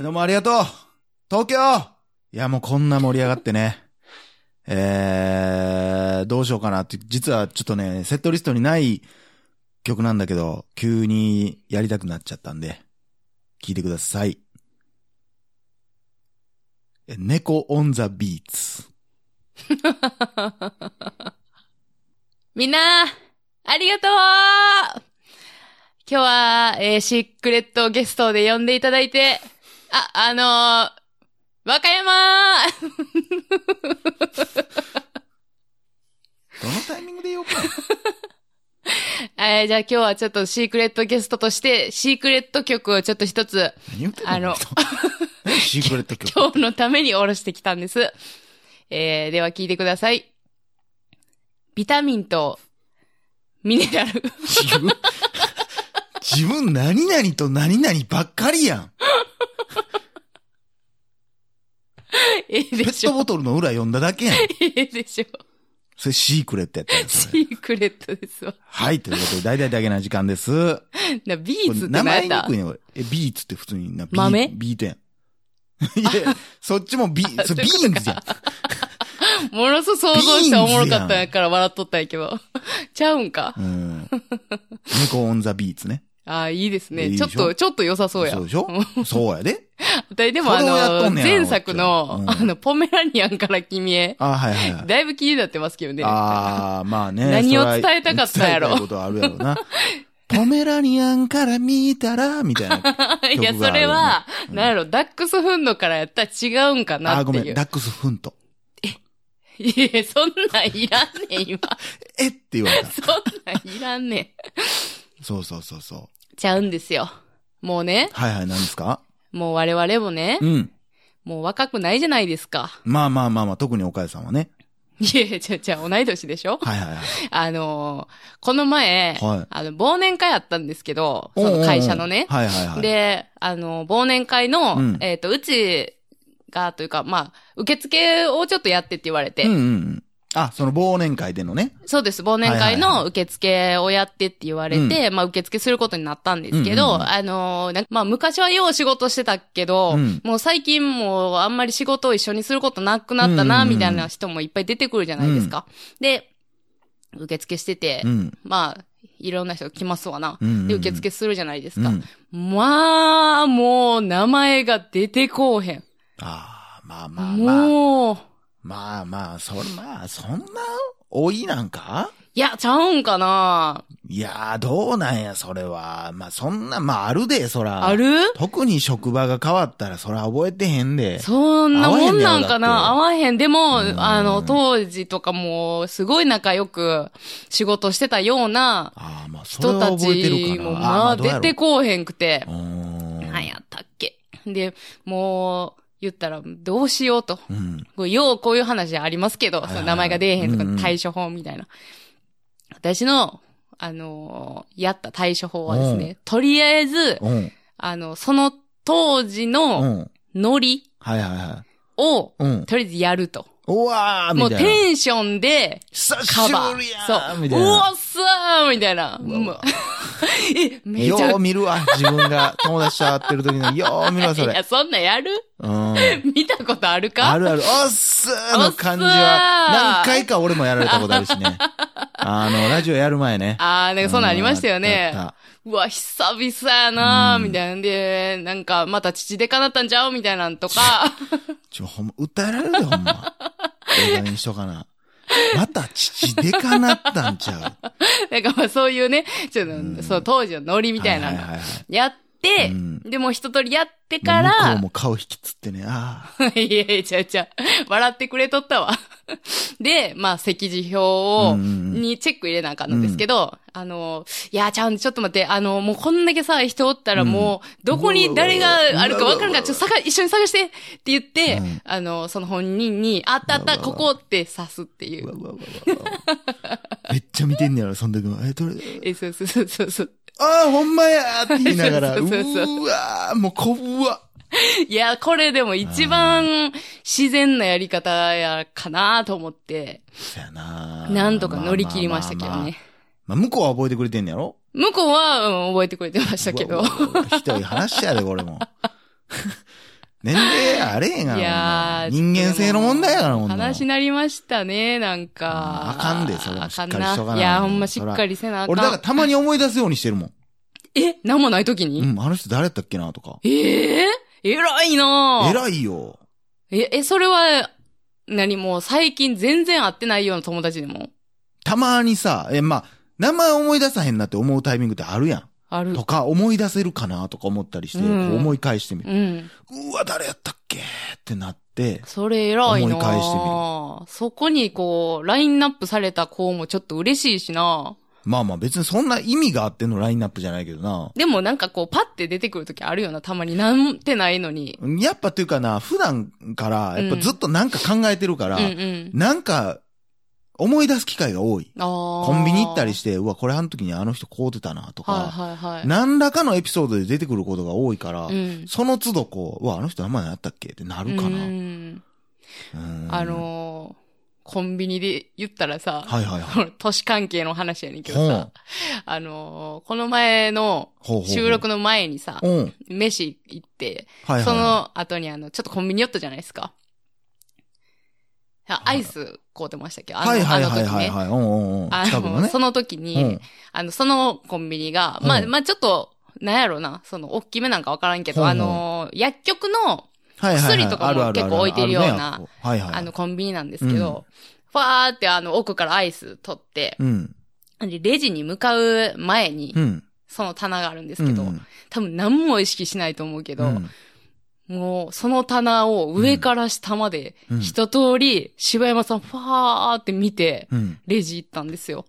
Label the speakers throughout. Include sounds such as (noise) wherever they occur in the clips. Speaker 1: どうもありがとう東京いや、もうこんな盛り上がってね。 (laughs) えー、どうしようかなって、実はちょっとね、セットリストにない曲なんだけど、急にやりたくなっちゃったんで、聞いてください。え猫オンザビーツ。
Speaker 2: (laughs) みんな、ありがとう今日は、えーシークレットゲストで呼んでいただいて、あ、あのー和歌山
Speaker 1: どのタイミングで言おう
Speaker 2: (laughs)
Speaker 1: かな
Speaker 2: (laughs) えーじゃあ今日はちょっとシークレットゲストとして、シークレット曲をちょっと一つ、
Speaker 1: 何言ってんの
Speaker 2: あの、
Speaker 1: 何シークレット
Speaker 2: (laughs)
Speaker 1: 曲。
Speaker 2: 今日のためにおろしてきたんです。えー、では聞いてください。ビタミンと、ミネラル。 (laughs)
Speaker 1: 自分、自分何々と何々ばっかりやん。
Speaker 2: ええ
Speaker 1: ペ
Speaker 2: で
Speaker 1: ッ
Speaker 2: し
Speaker 1: ト
Speaker 2: ょ。
Speaker 1: ボトルの裏読んだだけやん。
Speaker 2: ええでしょ。 (laughs)
Speaker 1: それシークレットやったんです
Speaker 2: シ
Speaker 1: ね。
Speaker 2: ークレットですわ。
Speaker 1: はい、ということで、大々だけな時間です。
Speaker 2: なビ
Speaker 1: こ
Speaker 2: ーツっ
Speaker 1: れ
Speaker 2: て
Speaker 1: 名
Speaker 2: 何やっ
Speaker 1: 前に
Speaker 2: た
Speaker 1: くいね、これ。え、ビーツって普通にな、ビ
Speaker 2: 豆
Speaker 1: ー、ビーテン。 (laughs) いや、そっちもビー、それビーンズじゃん。
Speaker 2: ものすごく想像したらおもろかったんやから笑っとったんやけど。ちゃうんか。
Speaker 1: うん。猫オンザビーツね。
Speaker 2: ああ、いいです
Speaker 1: い
Speaker 2: ね。
Speaker 1: いで
Speaker 2: ち
Speaker 1: し
Speaker 2: ょ
Speaker 1: ょ
Speaker 2: っと、ちょっと良さそうや。
Speaker 1: そうでしょそうやで。
Speaker 2: ででもあ
Speaker 1: それをやっと
Speaker 2: の、
Speaker 1: んねや
Speaker 2: 前作の、
Speaker 1: こっちはうん
Speaker 2: あの、ポメラニアンから君へ、
Speaker 1: あはいはいはい。
Speaker 2: だいぶ気になってますけどね。
Speaker 1: ああ、まあね。
Speaker 2: 何を
Speaker 1: そら
Speaker 2: 伝えたかったんやろ
Speaker 1: 伝えたいことあるやろな。ポメラニアンから見たら、みたい
Speaker 2: (laughs)
Speaker 1: な。
Speaker 2: いや、
Speaker 1: 曲があ
Speaker 2: そ
Speaker 1: る
Speaker 2: れ
Speaker 1: よね
Speaker 2: は、
Speaker 1: うん
Speaker 2: なんやろ、ダックスフンドからやったら違うんか
Speaker 1: あ
Speaker 2: な
Speaker 1: あ、
Speaker 2: って
Speaker 1: ごめ
Speaker 2: い
Speaker 1: ん。
Speaker 2: う。
Speaker 1: ダックスフント。
Speaker 2: (laughs) いや、そんなんいらんねん、今。 (laughs)
Speaker 1: えって言われた。
Speaker 2: そんなんいらんねん。
Speaker 1: そうそうそうそう。
Speaker 2: ちゃうんですよ。もうね、
Speaker 1: はいはい、何ですか
Speaker 2: もう我々もね、
Speaker 1: うん。
Speaker 2: もう若くないじゃないですか。
Speaker 1: まあまあまあまあ、特に岡谷さんはね。
Speaker 2: いやいや、じゃあ、じゃあ同い年でしょ
Speaker 1: はいはいはい。
Speaker 2: あのーこの前、
Speaker 1: はい
Speaker 2: あの、忘年会あったんですけど、その会社のね。
Speaker 1: おうおうおうはいはいはい。、
Speaker 2: で、あの、忘年会の、
Speaker 1: うん
Speaker 2: えっ、と、うちが、というか、まあ、受付をちょっとやってって言われて、
Speaker 1: うんうんうん。あ、その忘年会でのね。
Speaker 2: そうです、忘年会
Speaker 1: はいはい
Speaker 2: の
Speaker 1: は
Speaker 2: 受付をやってって言われて、まあ、受付することになったんですけど、
Speaker 1: うんうんうん
Speaker 2: あのーなんかまあ、昔はよう仕事してたけど、
Speaker 1: うん
Speaker 2: もう最近もうあんまり仕事を一緒にすることなくなったな、
Speaker 1: うんうんうん
Speaker 2: みたいな人もいっぱい出てくるじゃないですか。で、受付してて、
Speaker 1: うん。
Speaker 2: まあ、いろんな人が来ますわな。
Speaker 1: うんうんうん
Speaker 2: で、受付するじゃないです
Speaker 1: う
Speaker 2: か。
Speaker 1: ん。
Speaker 2: まあ、もう、名前が出てこうへん。
Speaker 1: ああ、まあまあまあ。
Speaker 2: もう、
Speaker 1: まあまあ、そ、まあ、そんな、多いなんか
Speaker 2: いや、ちゃうんかない
Speaker 1: やー、どうなんや、それは。まあ、そんな、まあ、あるで、そら。
Speaker 2: ある
Speaker 1: 特に職場が変わったら、そら覚えてへんで。
Speaker 2: そんなもんなんかな合
Speaker 1: 合
Speaker 2: わへん。でも、
Speaker 1: うん
Speaker 2: あの、当時とかも、すごい仲良く仕事してたような
Speaker 1: ああ、まあ、それ
Speaker 2: 人
Speaker 1: は
Speaker 2: た
Speaker 1: 覚えてる
Speaker 2: ち
Speaker 1: かな。
Speaker 2: も、まあ、
Speaker 1: どうや
Speaker 2: 出
Speaker 1: ろう
Speaker 2: てこうへんくて
Speaker 1: う。ーん。
Speaker 2: なんやったっけで、もう、言ったら、どうしようと。
Speaker 1: うん。
Speaker 2: こうようこういう話ありますけど、
Speaker 1: はいはい
Speaker 2: その名前が出えへんとか、
Speaker 1: うんうん
Speaker 2: 対処法みたいな。私の、あのーやった対処法はですね、とりあえず、
Speaker 1: うん。
Speaker 2: あの、その当時
Speaker 1: う
Speaker 2: の
Speaker 1: ん。
Speaker 2: ノリ
Speaker 1: はいはいは
Speaker 2: を、
Speaker 1: い。うん。
Speaker 2: とりあえずやると。
Speaker 1: うわー、み
Speaker 2: もう
Speaker 1: たいな。
Speaker 2: テンションで、
Speaker 1: 久し
Speaker 2: カバ
Speaker 1: ぶりや
Speaker 2: ー。
Speaker 1: ー
Speaker 2: そう。
Speaker 1: み
Speaker 2: う
Speaker 1: たいな。
Speaker 2: おっさーみたいな。
Speaker 1: うわうわ
Speaker 2: もう (laughs) え、めちゃ
Speaker 1: よう
Speaker 2: く
Speaker 1: 見るわ、自分が友達と会ってる時
Speaker 2: (laughs)
Speaker 1: の、よう見るわ、
Speaker 2: ち
Speaker 1: そ
Speaker 2: ゃ。い
Speaker 1: れ。
Speaker 2: や、そんなんやる
Speaker 1: うん。
Speaker 2: 見たことあるか
Speaker 1: あるある、おっすーの感じは
Speaker 2: おっすー、
Speaker 1: 何回か俺もやられたことあるし
Speaker 2: (laughs)
Speaker 1: ね。あの、ラジオやる前ね。
Speaker 2: あー、なんかそんなんありましたよね
Speaker 1: うん。あっ
Speaker 2: うわ、久々やな
Speaker 1: うん
Speaker 2: みたいなんで、なんか、また父でかなったんちゃうみたいなんとか、 (laughs)
Speaker 1: たちょ、ほんま、訴えられるで、ほんま。映画にしとかな。また父でかなったんちゃう。
Speaker 2: なんかまあそういうね、ちょっと、
Speaker 1: うん
Speaker 2: そう、当時のノ (laughs) リみたいな
Speaker 1: はい
Speaker 2: の
Speaker 1: はいはいはい。
Speaker 2: やって、
Speaker 1: うん
Speaker 2: でもう一通りやって
Speaker 1: もう
Speaker 2: か
Speaker 1: 向こう
Speaker 2: ら、
Speaker 1: も顔引きつってね、あ
Speaker 2: (laughs) いやいや、ちゃうちゃう、笑ってくれとったわ。 (laughs) で、まあ、席次表
Speaker 1: あ。
Speaker 2: を、
Speaker 1: うんうんうん
Speaker 2: にチェック入れなあかんのですけど、あの、いや、ちゃうん、ちょっと待って、あの、もうこんだけさ、人おったらもう、どこに誰があるかわからんから、ちょっと探、一緒に探してって言って、
Speaker 1: うん
Speaker 2: あの、その本人に、あったあった、
Speaker 1: うわう
Speaker 2: こ
Speaker 1: わ
Speaker 2: こって刺すっていう
Speaker 1: わ
Speaker 2: う。
Speaker 1: うわうわ
Speaker 2: (laughs)
Speaker 1: うわめっちゃ見てんねやろ、そん時も。え、どれ、
Speaker 2: え、そうそうそうそうそう。
Speaker 1: ああ、ほんまやーって言いながら、
Speaker 2: (laughs) そううそうそう
Speaker 1: ーわー、もうこぶわ。
Speaker 2: いや、これでも一番自然なやり方やかなと思って、
Speaker 1: そやなー
Speaker 2: なんとか乗り切りましたけどね。。
Speaker 1: まあまあまあままあ、向こうは覚えてくれてんねやろ
Speaker 2: 向こうは、うん覚えてくれてましたけ
Speaker 1: う
Speaker 2: ど
Speaker 1: わ。うわひどい話やで、これも。 (laughs) 年齢あれへんがな。
Speaker 2: いやー
Speaker 1: ほんま人間性の問題やな、ほんなの
Speaker 2: 話になりましたね、なんか。
Speaker 1: うんあかんでそれはしっかりしとかな
Speaker 2: あんいや、ほんましっかりせなあかん。
Speaker 1: 俺だからたまに思い出すようにしてるもん。
Speaker 2: え、なんもない時に、
Speaker 1: うん、あの人誰やったっけな、とか。
Speaker 2: ええ偉いなぁ
Speaker 1: 偉いよ。
Speaker 2: え、え、それは、何もう最近全然会ってないような友達でも。
Speaker 1: たまにさ、え、まあ、名前思い出さへんなって思うタイミングってあるや
Speaker 2: あ
Speaker 1: ん。
Speaker 2: る
Speaker 1: と。か、思い出せるかなとか思ったりして、こ
Speaker 2: うん
Speaker 1: う思い返してみる。
Speaker 2: うん。
Speaker 1: うわ、誰やったっけってなって、
Speaker 2: それ偉いなぁ
Speaker 1: 思い返して
Speaker 2: そこにこう、ラインナップされた子もちょっと嬉しいしな
Speaker 1: まあまあ別にそんな意味があってのラインナップじゃないけどな。
Speaker 2: でもなんかこう、パッて出てくる時あるよな、たまに。なんてないのに。
Speaker 1: やっぱっていうかな、普段から、やっぱずっとなんか考えてるか
Speaker 2: うん
Speaker 1: ら、
Speaker 2: うん。
Speaker 1: なんか、思い出す機会が多い。
Speaker 2: あコ
Speaker 1: コンビニ行ったりして、うわ、これあの時にあの人こうてたなとか、
Speaker 2: はいはいはい。
Speaker 1: 何らかのエピソードで出てくることが多いから、
Speaker 2: うん。
Speaker 1: その都度こう、うわ、あの人名前あったっけってなるかな。
Speaker 2: う
Speaker 1: うんん
Speaker 2: あ、のー、コンビニで言ったらさ、
Speaker 1: はいはいはい。
Speaker 2: (laughs) 都市関係の話やねんけ
Speaker 1: ほ
Speaker 2: ど
Speaker 1: う
Speaker 2: さ、あのー、この前の
Speaker 1: ほうほう
Speaker 2: 収録の前にさ
Speaker 1: う、ん。はい
Speaker 2: 飯行って、
Speaker 1: はいはい。
Speaker 2: そ、の後にあの、ちょっとコンビニ寄ったじゃないですか。あアイス買うてましたけど、あの,、
Speaker 1: はいはい
Speaker 2: あの
Speaker 1: はい
Speaker 2: 時
Speaker 1: はい
Speaker 2: ね。
Speaker 1: はい。うんうんうん。
Speaker 2: あ
Speaker 1: 近くの
Speaker 2: の、
Speaker 1: ね。
Speaker 2: その時に、
Speaker 1: うん
Speaker 2: あの、そのコンビニが、
Speaker 1: うん
Speaker 2: まあ、まあちょっと、なんやろな、その、大きめなんかわからんけど、
Speaker 1: ほうほう
Speaker 2: あの、薬局の、
Speaker 1: はいはいはい
Speaker 2: 薬とかも
Speaker 1: あるあるある
Speaker 2: 結構置いてるような
Speaker 1: あねはいはい。
Speaker 2: あの、、コンビニなんですけど、ファーってあの、奥からアイス取って、
Speaker 1: うん。
Speaker 2: でレジに向かう前に
Speaker 1: う、ん。
Speaker 2: その棚があるんですけど、
Speaker 1: うん
Speaker 2: 多分何も意識しないと思うけど、
Speaker 1: うん
Speaker 2: もう、その棚を上から下まで、
Speaker 1: うん
Speaker 2: 一通り、柴山さん、ファーって見て、
Speaker 1: うん。
Speaker 2: レジ行ったんですよ。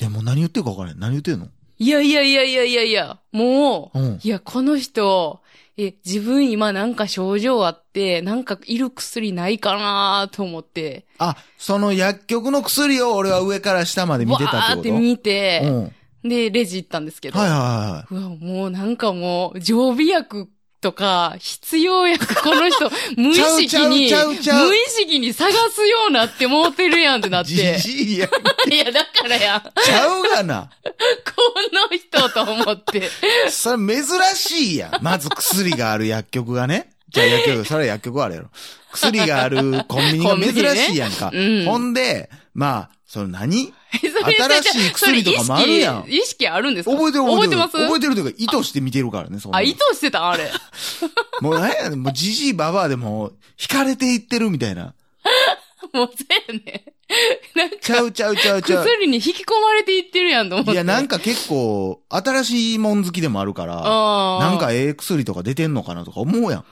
Speaker 1: いや、もう何言ってるか分からへん。何言ってんの
Speaker 2: いやいやいやいやいやいや、もう、
Speaker 1: うん。
Speaker 2: いや、この人、え、自分今なんか症状あって、なんかいる薬ないかなと思って、
Speaker 1: あ、その薬局の薬を俺は上から下まで見てたって
Speaker 2: わーっ
Speaker 1: こと
Speaker 2: て見て、
Speaker 1: うん。はい
Speaker 2: で、レジ行ったんですけど、
Speaker 1: はいは
Speaker 2: うわ、もうなんかもう、常備薬とか、必要薬、こ
Speaker 1: (laughs)
Speaker 2: の人、無意識に、
Speaker 1: ちゃうちゃうちゃう
Speaker 2: 無意識に探すような
Speaker 1: (laughs)
Speaker 2: ってもうてるやんってなっ
Speaker 1: い。
Speaker 2: て。
Speaker 1: じじいや、
Speaker 2: (laughs) いや、だからやん、こ
Speaker 1: ちゃうがな。
Speaker 2: の人と思って。
Speaker 1: それ珍しいやん。まず薬がある薬局がね。じゃあ薬局、それは薬局あれやろ。薬があるコンビニが珍しいやんか。
Speaker 2: コンビニねうん
Speaker 1: ほんで、まあ、その何
Speaker 2: それ
Speaker 1: 新しい薬とかもあるやん
Speaker 2: それ意識意識あるんですか
Speaker 1: 覚えてる
Speaker 2: 覚えて
Speaker 1: る。
Speaker 2: ます
Speaker 1: 覚えてるというか、意図して見てるからね、そんな
Speaker 2: あ、
Speaker 1: の
Speaker 2: 意図してたんあれ。
Speaker 1: もう何やねん、もうじじいばばあでも、惹かれていってるみたいな。
Speaker 2: もうせやねん。なん
Speaker 1: ちゃ
Speaker 2: か、
Speaker 1: うちゃうちゃうちゃう。
Speaker 2: (laughs) 薬に引き込まれていってるやんと思って。
Speaker 1: いや、なん
Speaker 2: か、
Speaker 1: か結構、新しいもん好きでもあるから、な
Speaker 2: なん
Speaker 1: か、ええ薬とか出てんのかなとか思う
Speaker 2: (laughs)
Speaker 1: やん。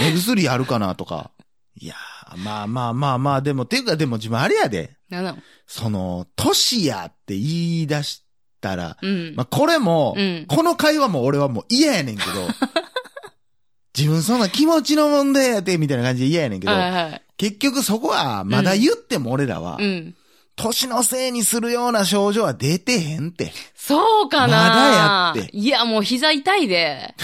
Speaker 1: 目薬あるかなとか。いやー、まあまあまあまあ、でも、ていうかでも自分あれやで、
Speaker 2: なんなの
Speaker 1: その、都市やって言い出したら、
Speaker 2: うん。
Speaker 1: まあこれも、
Speaker 2: うん
Speaker 1: この会話も俺はもう嫌やねん
Speaker 2: (laughs)
Speaker 1: けど、自分そんな気持ちの問題やって、みたいな感じで嫌やねんけど、
Speaker 2: はいはい。
Speaker 1: 結局そこは、まだ言っても俺らは、
Speaker 2: うん。
Speaker 1: 年のせいにするような症状は出てへんって。
Speaker 2: そうかな
Speaker 1: まだやって
Speaker 2: いや、もう膝痛いで。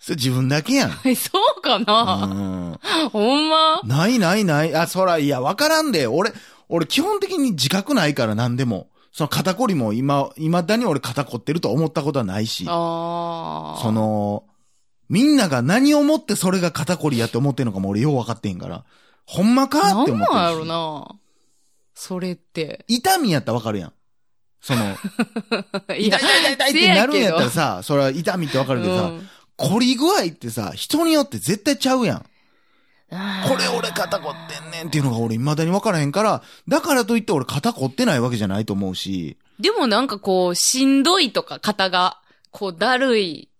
Speaker 1: それ自分だけやん。
Speaker 2: そうかな
Speaker 1: うん
Speaker 2: ほんま
Speaker 1: ないないない。あ、そら、いや、わからんで。俺、俺基本的に自覚ないから何でも。その肩こりも今、未だに俺肩こってると思ったことはないし。
Speaker 2: ああ。
Speaker 1: そ、の、みんなが何をもってそれが肩こりやって思ってんのかも俺ようわかってへんから。ほんまか
Speaker 2: な
Speaker 1: って
Speaker 2: ん
Speaker 1: 思って
Speaker 2: なんや
Speaker 1: る
Speaker 2: ろ
Speaker 1: し。
Speaker 2: なそれって。
Speaker 1: 痛みやったらわかるやん。その、(laughs)
Speaker 2: い
Speaker 1: 痛い痛い痛いってなるんやったら
Speaker 2: せ
Speaker 1: さ、それは痛みってわか
Speaker 2: や
Speaker 1: る
Speaker 2: け
Speaker 1: け
Speaker 2: ど
Speaker 1: どさ、凝り具合ってさ、人によって絶対ちゃうやん。
Speaker 2: うん
Speaker 1: これ俺肩こってんねんっていうのが俺未だに分からへんから、だからといって俺肩こってないわけじゃないと思うし、
Speaker 2: でもなんかこう、しんどいとか、肩が、こう、だるい、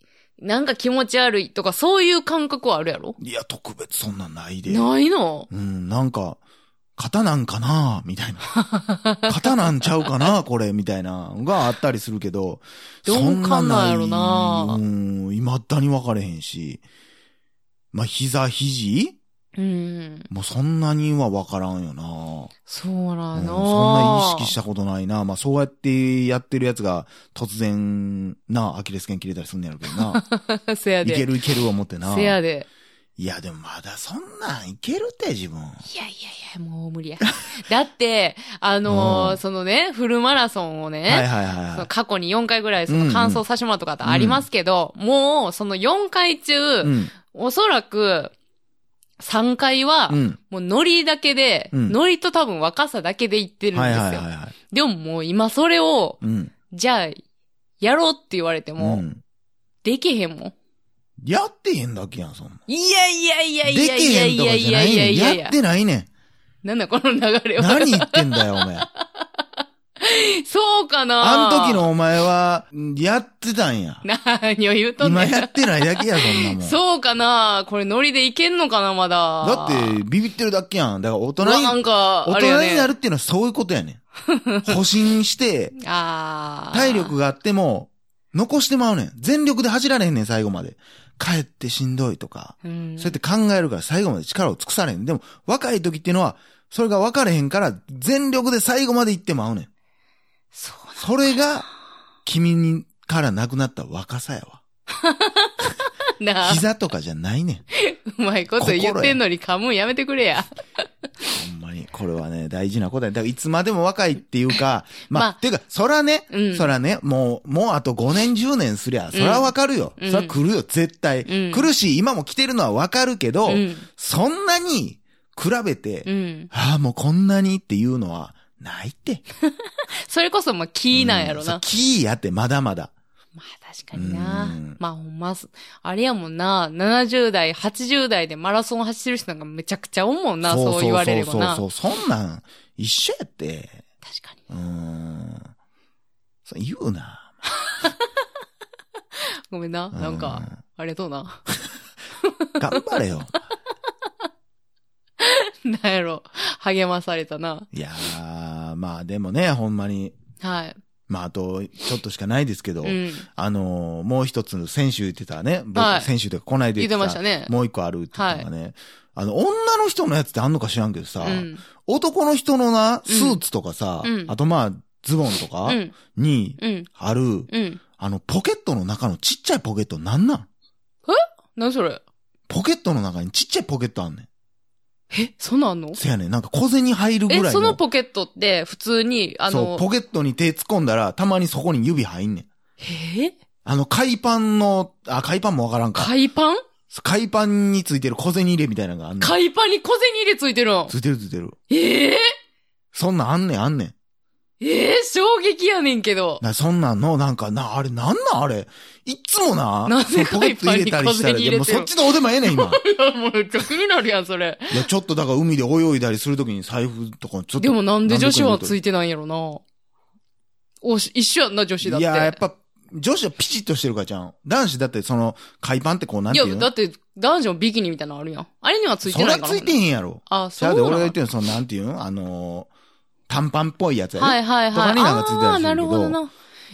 Speaker 2: なんか気持ち悪いとか、そういう感覚はあるやろ
Speaker 1: いや、特別そんなんないで。
Speaker 2: ないの
Speaker 1: うん、なんか、肩なんかなみ
Speaker 2: (laughs)
Speaker 1: たいな。肩なんちゃうかなこれ、みたいな、があったりするけど、
Speaker 2: どうかなんやろな
Speaker 1: そんんないうん、未だに分かれへんし、まあ、膝、肘
Speaker 2: うん。
Speaker 1: もうそんなには分からんよな。
Speaker 2: そうな
Speaker 1: うん
Speaker 2: の、。
Speaker 1: そんな意識したたことないな。まあ、そうやってやってるやつが、突然、な、アキレス腱切れたりすんねやろうけどな。
Speaker 2: せや
Speaker 1: いけ
Speaker 2: (laughs) で。
Speaker 1: るいける思ってな。
Speaker 2: せやで。
Speaker 1: いや、でもまだそんなんいけるって、自分。
Speaker 2: いやいやいや、もう無理や。 (laughs) だって、あのー
Speaker 1: うん
Speaker 2: そのね、フルマラソンをね、
Speaker 1: はいはい
Speaker 2: その
Speaker 1: は
Speaker 2: 過去に4回ぐらいそ
Speaker 1: うんう
Speaker 2: の
Speaker 1: ん
Speaker 2: 完走させてもらったことありますけど、もうその4回中、
Speaker 1: い。うん。
Speaker 2: おそらく3回は、
Speaker 1: うん。
Speaker 2: もうノリだけで、
Speaker 1: うん
Speaker 2: ノリと多分若さだけで行ってるんで
Speaker 1: はい
Speaker 2: すよ。
Speaker 1: はいはいはい。
Speaker 2: でももう今それを、
Speaker 1: うん。
Speaker 2: じゃあ、やろうって言われても、
Speaker 1: うん。
Speaker 2: できへんもん。
Speaker 1: やってへんだけやん、そんなん。
Speaker 2: いやいやいや
Speaker 1: で
Speaker 2: い
Speaker 1: き
Speaker 2: やいや
Speaker 1: へん
Speaker 2: い
Speaker 1: と
Speaker 2: や
Speaker 1: かじ
Speaker 2: い
Speaker 1: ゃな
Speaker 2: や
Speaker 1: い
Speaker 2: いや
Speaker 1: ね
Speaker 2: い
Speaker 1: ん。
Speaker 2: やいや
Speaker 1: やってないねん。
Speaker 2: なんだこの流れは。
Speaker 1: 何言ってんだよ、お
Speaker 2: (laughs)
Speaker 1: 前。
Speaker 2: そうかな
Speaker 1: あん時のお前は、やってたんや。
Speaker 2: 何を言うとん
Speaker 1: 今
Speaker 2: ねん
Speaker 1: やってないだけや、そんなもん。
Speaker 2: (laughs) そうかなこれノリでいけんのかなまだ。
Speaker 1: だって、ビビってるだけやん。だから大人
Speaker 2: うわな
Speaker 1: に、
Speaker 2: んか、
Speaker 1: 大
Speaker 2: あれや
Speaker 1: 人
Speaker 2: ね。
Speaker 1: になるっていうのはそういうことや
Speaker 2: (laughs)
Speaker 1: ねん。保身して、
Speaker 2: あー
Speaker 1: 体力があっても、残してまうねん。全力で走られへんねん、最後まで。帰ってしんどいとか。
Speaker 2: うん。
Speaker 1: そうやって考えるから最後まで力を尽くされへん。でも、若い時っていうのは、それが分かれへんから、全力で最後まで行ってまうねん。
Speaker 2: そう
Speaker 1: それが、君に、からなくなった若さやわ。
Speaker 2: なんだ。
Speaker 1: 膝とかじゃないねん。
Speaker 2: うまいこと言ってんのに噛むんやめてくれや。
Speaker 1: ほんまに、これはね、大事なことや。だから、いつまでも若いっていうか、まあ、
Speaker 2: (laughs) まあ
Speaker 1: ていうか、そらね、
Speaker 2: うん
Speaker 1: そらね、もう、もうあと5年、10年すりゃ、そらわかるよ。
Speaker 2: うん
Speaker 1: そら来るよ、絶対。
Speaker 2: うん
Speaker 1: 苦しい、今も来てるのはわかるけど、
Speaker 2: うん。
Speaker 1: そんなに、比べて、
Speaker 2: うん。
Speaker 1: ああ、もうこんなにっていうのは、ないって。
Speaker 2: それこそ、まあ、キーなんやろ
Speaker 1: う
Speaker 2: な。
Speaker 1: そうキーやって、まだまだ。
Speaker 2: まあ、確かにな
Speaker 1: うん。
Speaker 2: まあ、ほんま、あれやもんな。70代、80代でマラソン走る人なんかめちゃくちゃおんもんな。そう言われればな。
Speaker 1: そ
Speaker 2: 確
Speaker 1: うそうそう、そんなん、一緒やって。
Speaker 2: か
Speaker 1: う
Speaker 2: に。
Speaker 1: ーん。そう言うな。
Speaker 2: ごめんな。なんか、あれどうな。 (laughs)
Speaker 1: うん。頑張れよ。
Speaker 2: なんやろ。励まされたな。
Speaker 1: いやー、まあでもね、ほんまに、
Speaker 2: はい。
Speaker 1: まああと、ちょっとしかないですけど、
Speaker 2: うん。
Speaker 1: あのーもう一つの先週言ってたね、僕、
Speaker 2: はい
Speaker 1: 先週というか、こないで
Speaker 2: 言ってましたね。
Speaker 1: もう一個あるって言ってたのがね、あの、女の人のやつってあんのか知らんけどさ、
Speaker 2: うん。
Speaker 1: 男の人のな、
Speaker 2: うん
Speaker 1: スーツとかさ、
Speaker 2: うん
Speaker 1: あとまあ、ズボンとか
Speaker 2: うん。
Speaker 1: に
Speaker 2: うん。
Speaker 1: ある、
Speaker 2: うん。
Speaker 1: あの、ポケットの中のちっちゃいポケットなんなん
Speaker 2: 何それ
Speaker 1: ポケットの中にちっちゃいポケットあんねん。
Speaker 2: え、そんなんあんの
Speaker 1: せやねん、なんか小銭入るぐらい
Speaker 2: え、
Speaker 1: の。
Speaker 2: そのポケットって普通に、あ
Speaker 1: そう、
Speaker 2: の、
Speaker 1: ポケットに手突っ込んだら、たまにそこに指入んねん。
Speaker 2: えー、
Speaker 1: あの、海パンの、あ、海パンもわからんか。
Speaker 2: 海パン
Speaker 1: 海パンについてる小銭入れみたいなのがあんねん。
Speaker 2: 海パンに小銭入れついてるの
Speaker 1: ついてるついてる。
Speaker 2: ええ
Speaker 1: そんなんあんねんあんねん。
Speaker 2: ええ衝撃やねんけど。
Speaker 1: なそんなんの、なんか、な、あれ、なんなんあれ。いっつもな、
Speaker 2: なぜ
Speaker 1: そのポケット入れたりしたら、
Speaker 2: 海パンに小銭
Speaker 1: い
Speaker 2: 入れてんの
Speaker 1: や、もうそっちどうでもええねん、今。
Speaker 2: いや、もう逆になるやん、それ。
Speaker 1: いや、ちょっとだから海で泳いだりするときに財布とか、ちょっと。
Speaker 2: でもなんで女子はついてないんやろな。おし、一緒やんな、女子だっ
Speaker 1: い
Speaker 2: て。
Speaker 1: や、やっぱ、女子はピチッとしてるからじゃん。男子だって、その、海パンってこう、なん
Speaker 2: い
Speaker 1: ていう
Speaker 2: や
Speaker 1: の
Speaker 2: だって、男女ビキニみたいなのあるやん。あれにはついて
Speaker 1: そ
Speaker 2: な
Speaker 1: ら
Speaker 2: いから。
Speaker 1: ついてへんやろ。
Speaker 2: あ、
Speaker 1: そ
Speaker 2: そう
Speaker 1: やで、
Speaker 2: な
Speaker 1: 俺
Speaker 2: の
Speaker 1: が言ってんの、その、なんていうのあのー、短パンっぽいやつやで。
Speaker 2: はいはい
Speaker 1: と
Speaker 2: は
Speaker 1: か
Speaker 2: い。
Speaker 1: になんかついてたりするけど
Speaker 2: あーなるほどな。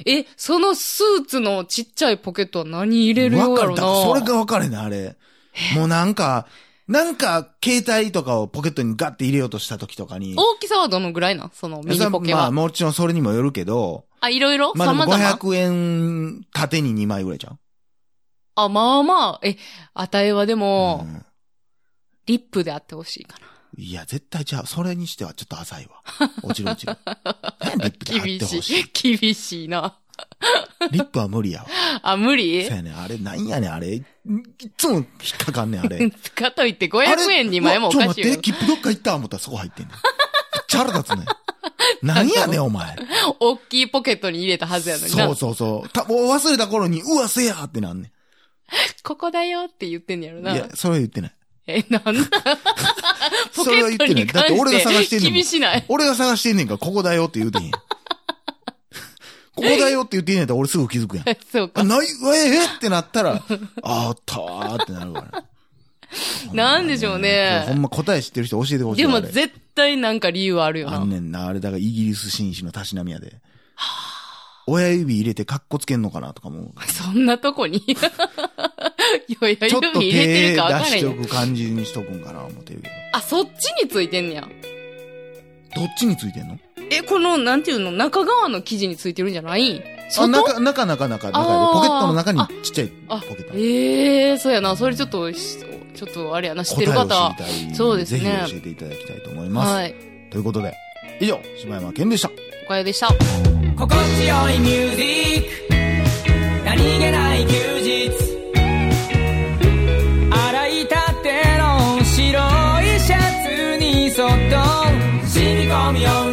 Speaker 2: え、そのスーツのちっちゃいポケットは何入れるようやろ
Speaker 1: わかるだからそれ
Speaker 2: な。
Speaker 1: が分かれな、あれ。もうなんか、なんか、携帯とかをポケットにガッて入れようとした時とかに。
Speaker 2: 大きさはどのぐらいなんそのミ
Speaker 1: それ
Speaker 2: ニ
Speaker 1: は
Speaker 2: ポケ
Speaker 1: まあ、
Speaker 2: は。
Speaker 1: もちろんそれにもよるけど、
Speaker 2: あ、いろいろ
Speaker 1: まあでも
Speaker 2: 様々。
Speaker 1: 500円縦に2枚ぐらいじゃん。
Speaker 2: あ、まあまあ。え、あたいはでも、
Speaker 1: うん
Speaker 2: リップであってほしいかな。
Speaker 1: いや、絶対じゃあ、それにしてはちょっと浅いわ。落ちる落
Speaker 2: (laughs)
Speaker 1: ちる。何リップで貼っ
Speaker 2: 厳
Speaker 1: てほし
Speaker 2: し
Speaker 1: い。
Speaker 2: い。 (laughs) 厳しいな。
Speaker 1: リップは無理やわ。
Speaker 2: あ、無理
Speaker 1: そうやねんあれ、なんやねんあれ。いっつも引っかかんねん、あれ。
Speaker 2: かといって
Speaker 1: あ
Speaker 2: 500
Speaker 1: れ
Speaker 2: 円2枚もお
Speaker 1: うわ
Speaker 2: か
Speaker 1: ち
Speaker 2: し
Speaker 1: ょ
Speaker 2: い
Speaker 1: っと待っ
Speaker 2: よ
Speaker 1: て、。切符どっか行った思ったらそこ入ってんねん。めっちゃ腹立つねん。何やねん、お前。
Speaker 2: 大きいポケットに入れたはずやのにな
Speaker 1: そう。そうそう。たもう忘れた頃に、うわ、せやーってなんね
Speaker 2: ここだよって言ってんやろ
Speaker 1: ん。いや
Speaker 2: な。、
Speaker 1: それは言ってない。
Speaker 2: え、なんだポ
Speaker 1: それ
Speaker 2: ケ
Speaker 1: は
Speaker 2: ッ
Speaker 1: 言
Speaker 2: ト
Speaker 1: ってない
Speaker 2: に
Speaker 1: だっ
Speaker 2: 関
Speaker 1: て俺が探
Speaker 2: し
Speaker 1: して
Speaker 2: て
Speaker 1: んねんもん
Speaker 2: 厳しない。 (laughs)
Speaker 1: 俺が探してんねんから、ここだよって言うてへん。ここだよって言ってんねんやったら俺すぐ気づくやん。
Speaker 2: そう
Speaker 1: あ、
Speaker 2: か。
Speaker 1: ない、ええってなったら、ああったわーってなるから。
Speaker 2: (laughs) なんでしょうね
Speaker 1: ほんま答え知ってる人教えてほしい
Speaker 2: で
Speaker 1: わ。
Speaker 2: も
Speaker 1: あれ
Speaker 2: 絶対なんか理由あるよ
Speaker 1: あ。
Speaker 2: なん
Speaker 1: ねんな、あれだからイギリス紳士のたしなみやで。親指入れてカッコつけんのかなとか
Speaker 2: (laughs)
Speaker 1: も。
Speaker 2: そんなとこに (laughs) いやいや、
Speaker 1: ちょっと
Speaker 2: 指
Speaker 1: 手
Speaker 2: 入れて
Speaker 1: 出
Speaker 2: るか分からへ
Speaker 1: し
Speaker 2: ん
Speaker 1: て
Speaker 2: や
Speaker 1: お
Speaker 2: ん。
Speaker 1: く感じにしとくんかな思ってるけ
Speaker 2: あ、そっちについてんねや。
Speaker 1: ど。どっちについてんの
Speaker 2: え、この、なんていうの、中側の生地についてるんじゃないん
Speaker 1: あ、
Speaker 2: 外
Speaker 1: 中、中、中、中、中で
Speaker 2: あー
Speaker 1: ポケットの中に
Speaker 2: あ
Speaker 1: ちっちゃい
Speaker 2: あ
Speaker 1: ポケット。
Speaker 2: ええそうやな。それちょっとし、ちょっとあれやな、知って
Speaker 1: 答え
Speaker 2: る
Speaker 1: を
Speaker 2: 方。
Speaker 1: 知りたい。
Speaker 2: そうですね
Speaker 1: ぜひ教えていただきたいと思います。
Speaker 2: はい。
Speaker 1: ということで、以上、柴山健でした。
Speaker 2: おかよでした。
Speaker 3: 心地よいミュージック何気ない休日洗いたての白いシャツにそっと染み込むよう